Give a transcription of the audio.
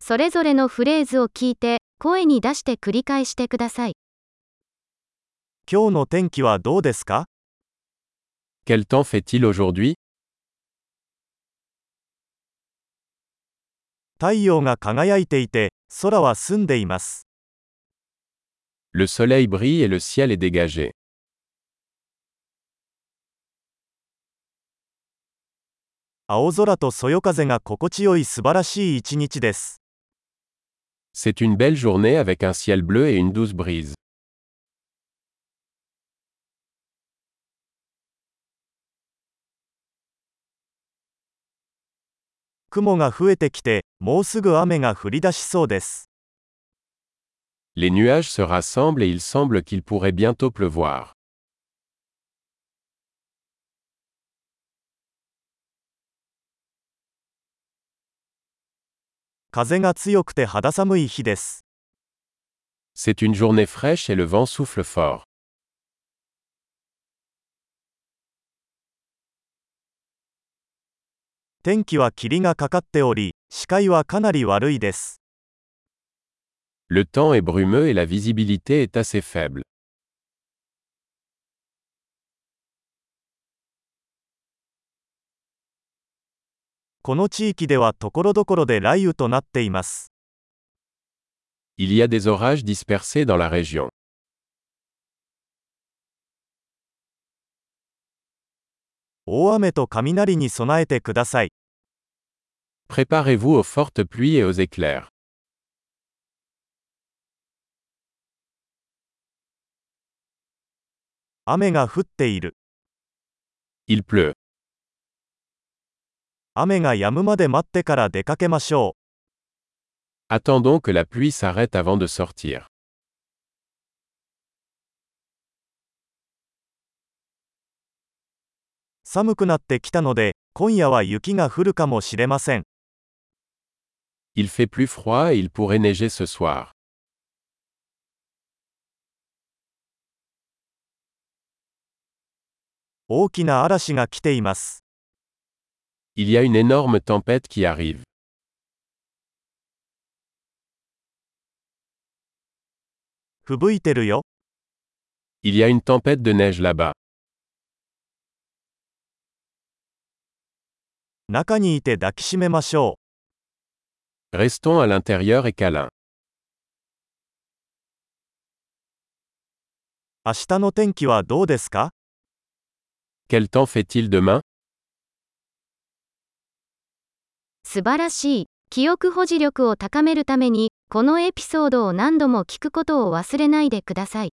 それぞれのフレーズを聞いて、声に出して繰り返してください。今日の天気はどうですか Quel temps fait-il aujourd'hui 太陽が輝いていて、空は澄んでいます。 Le soleil brille et le ciel est dégagé. 青空とそよ風が心地よい素晴らしい一日です。 C'est une belle journée avec un ciel bleu et une douce brise. 雲が増えてきて、もうすぐ雨が降り出しそうです。 Les nuages se rassemblent et il semble qu'il pourrait bientôt pleuvoir. 風が強くて肌寒い日です。 C'est une journée fraîche et le vent souffle fort. 天気は霧がかかっており、視界はかなり悪いです。 Le temps est brumeux et la visibilité est assez faible. この地域ではところどころで雷雨となっています。 Il y a des orages dispersés dans la région. 大雨と雷に備えてください。 Préparez-vous aux fortes pluies et aux éclairs. 雨が降っている。 Il pleut. 雨が止むまで待ってから出かけましょう。 Attendons que la pluie s'arrête avant de sortir. 寒くなってきたので、今夜は雪が降るかもしれません。 Il fait plus froid et il pourrait neiger ce soir. 大きな嵐が来ています。 Il y a une énorme tempête qui arrive. 吹雪いてるよ。 Il y a une tempête de neige là-bas. 中にいて抱きしめましょう。 Restons à l'intérieur et câlin. 明日の天気はどうですか Quel temps fait-il demain? 素晴らしい。記憶保持力を高めるために、このエピソードを何度も聞くことを忘れないでください。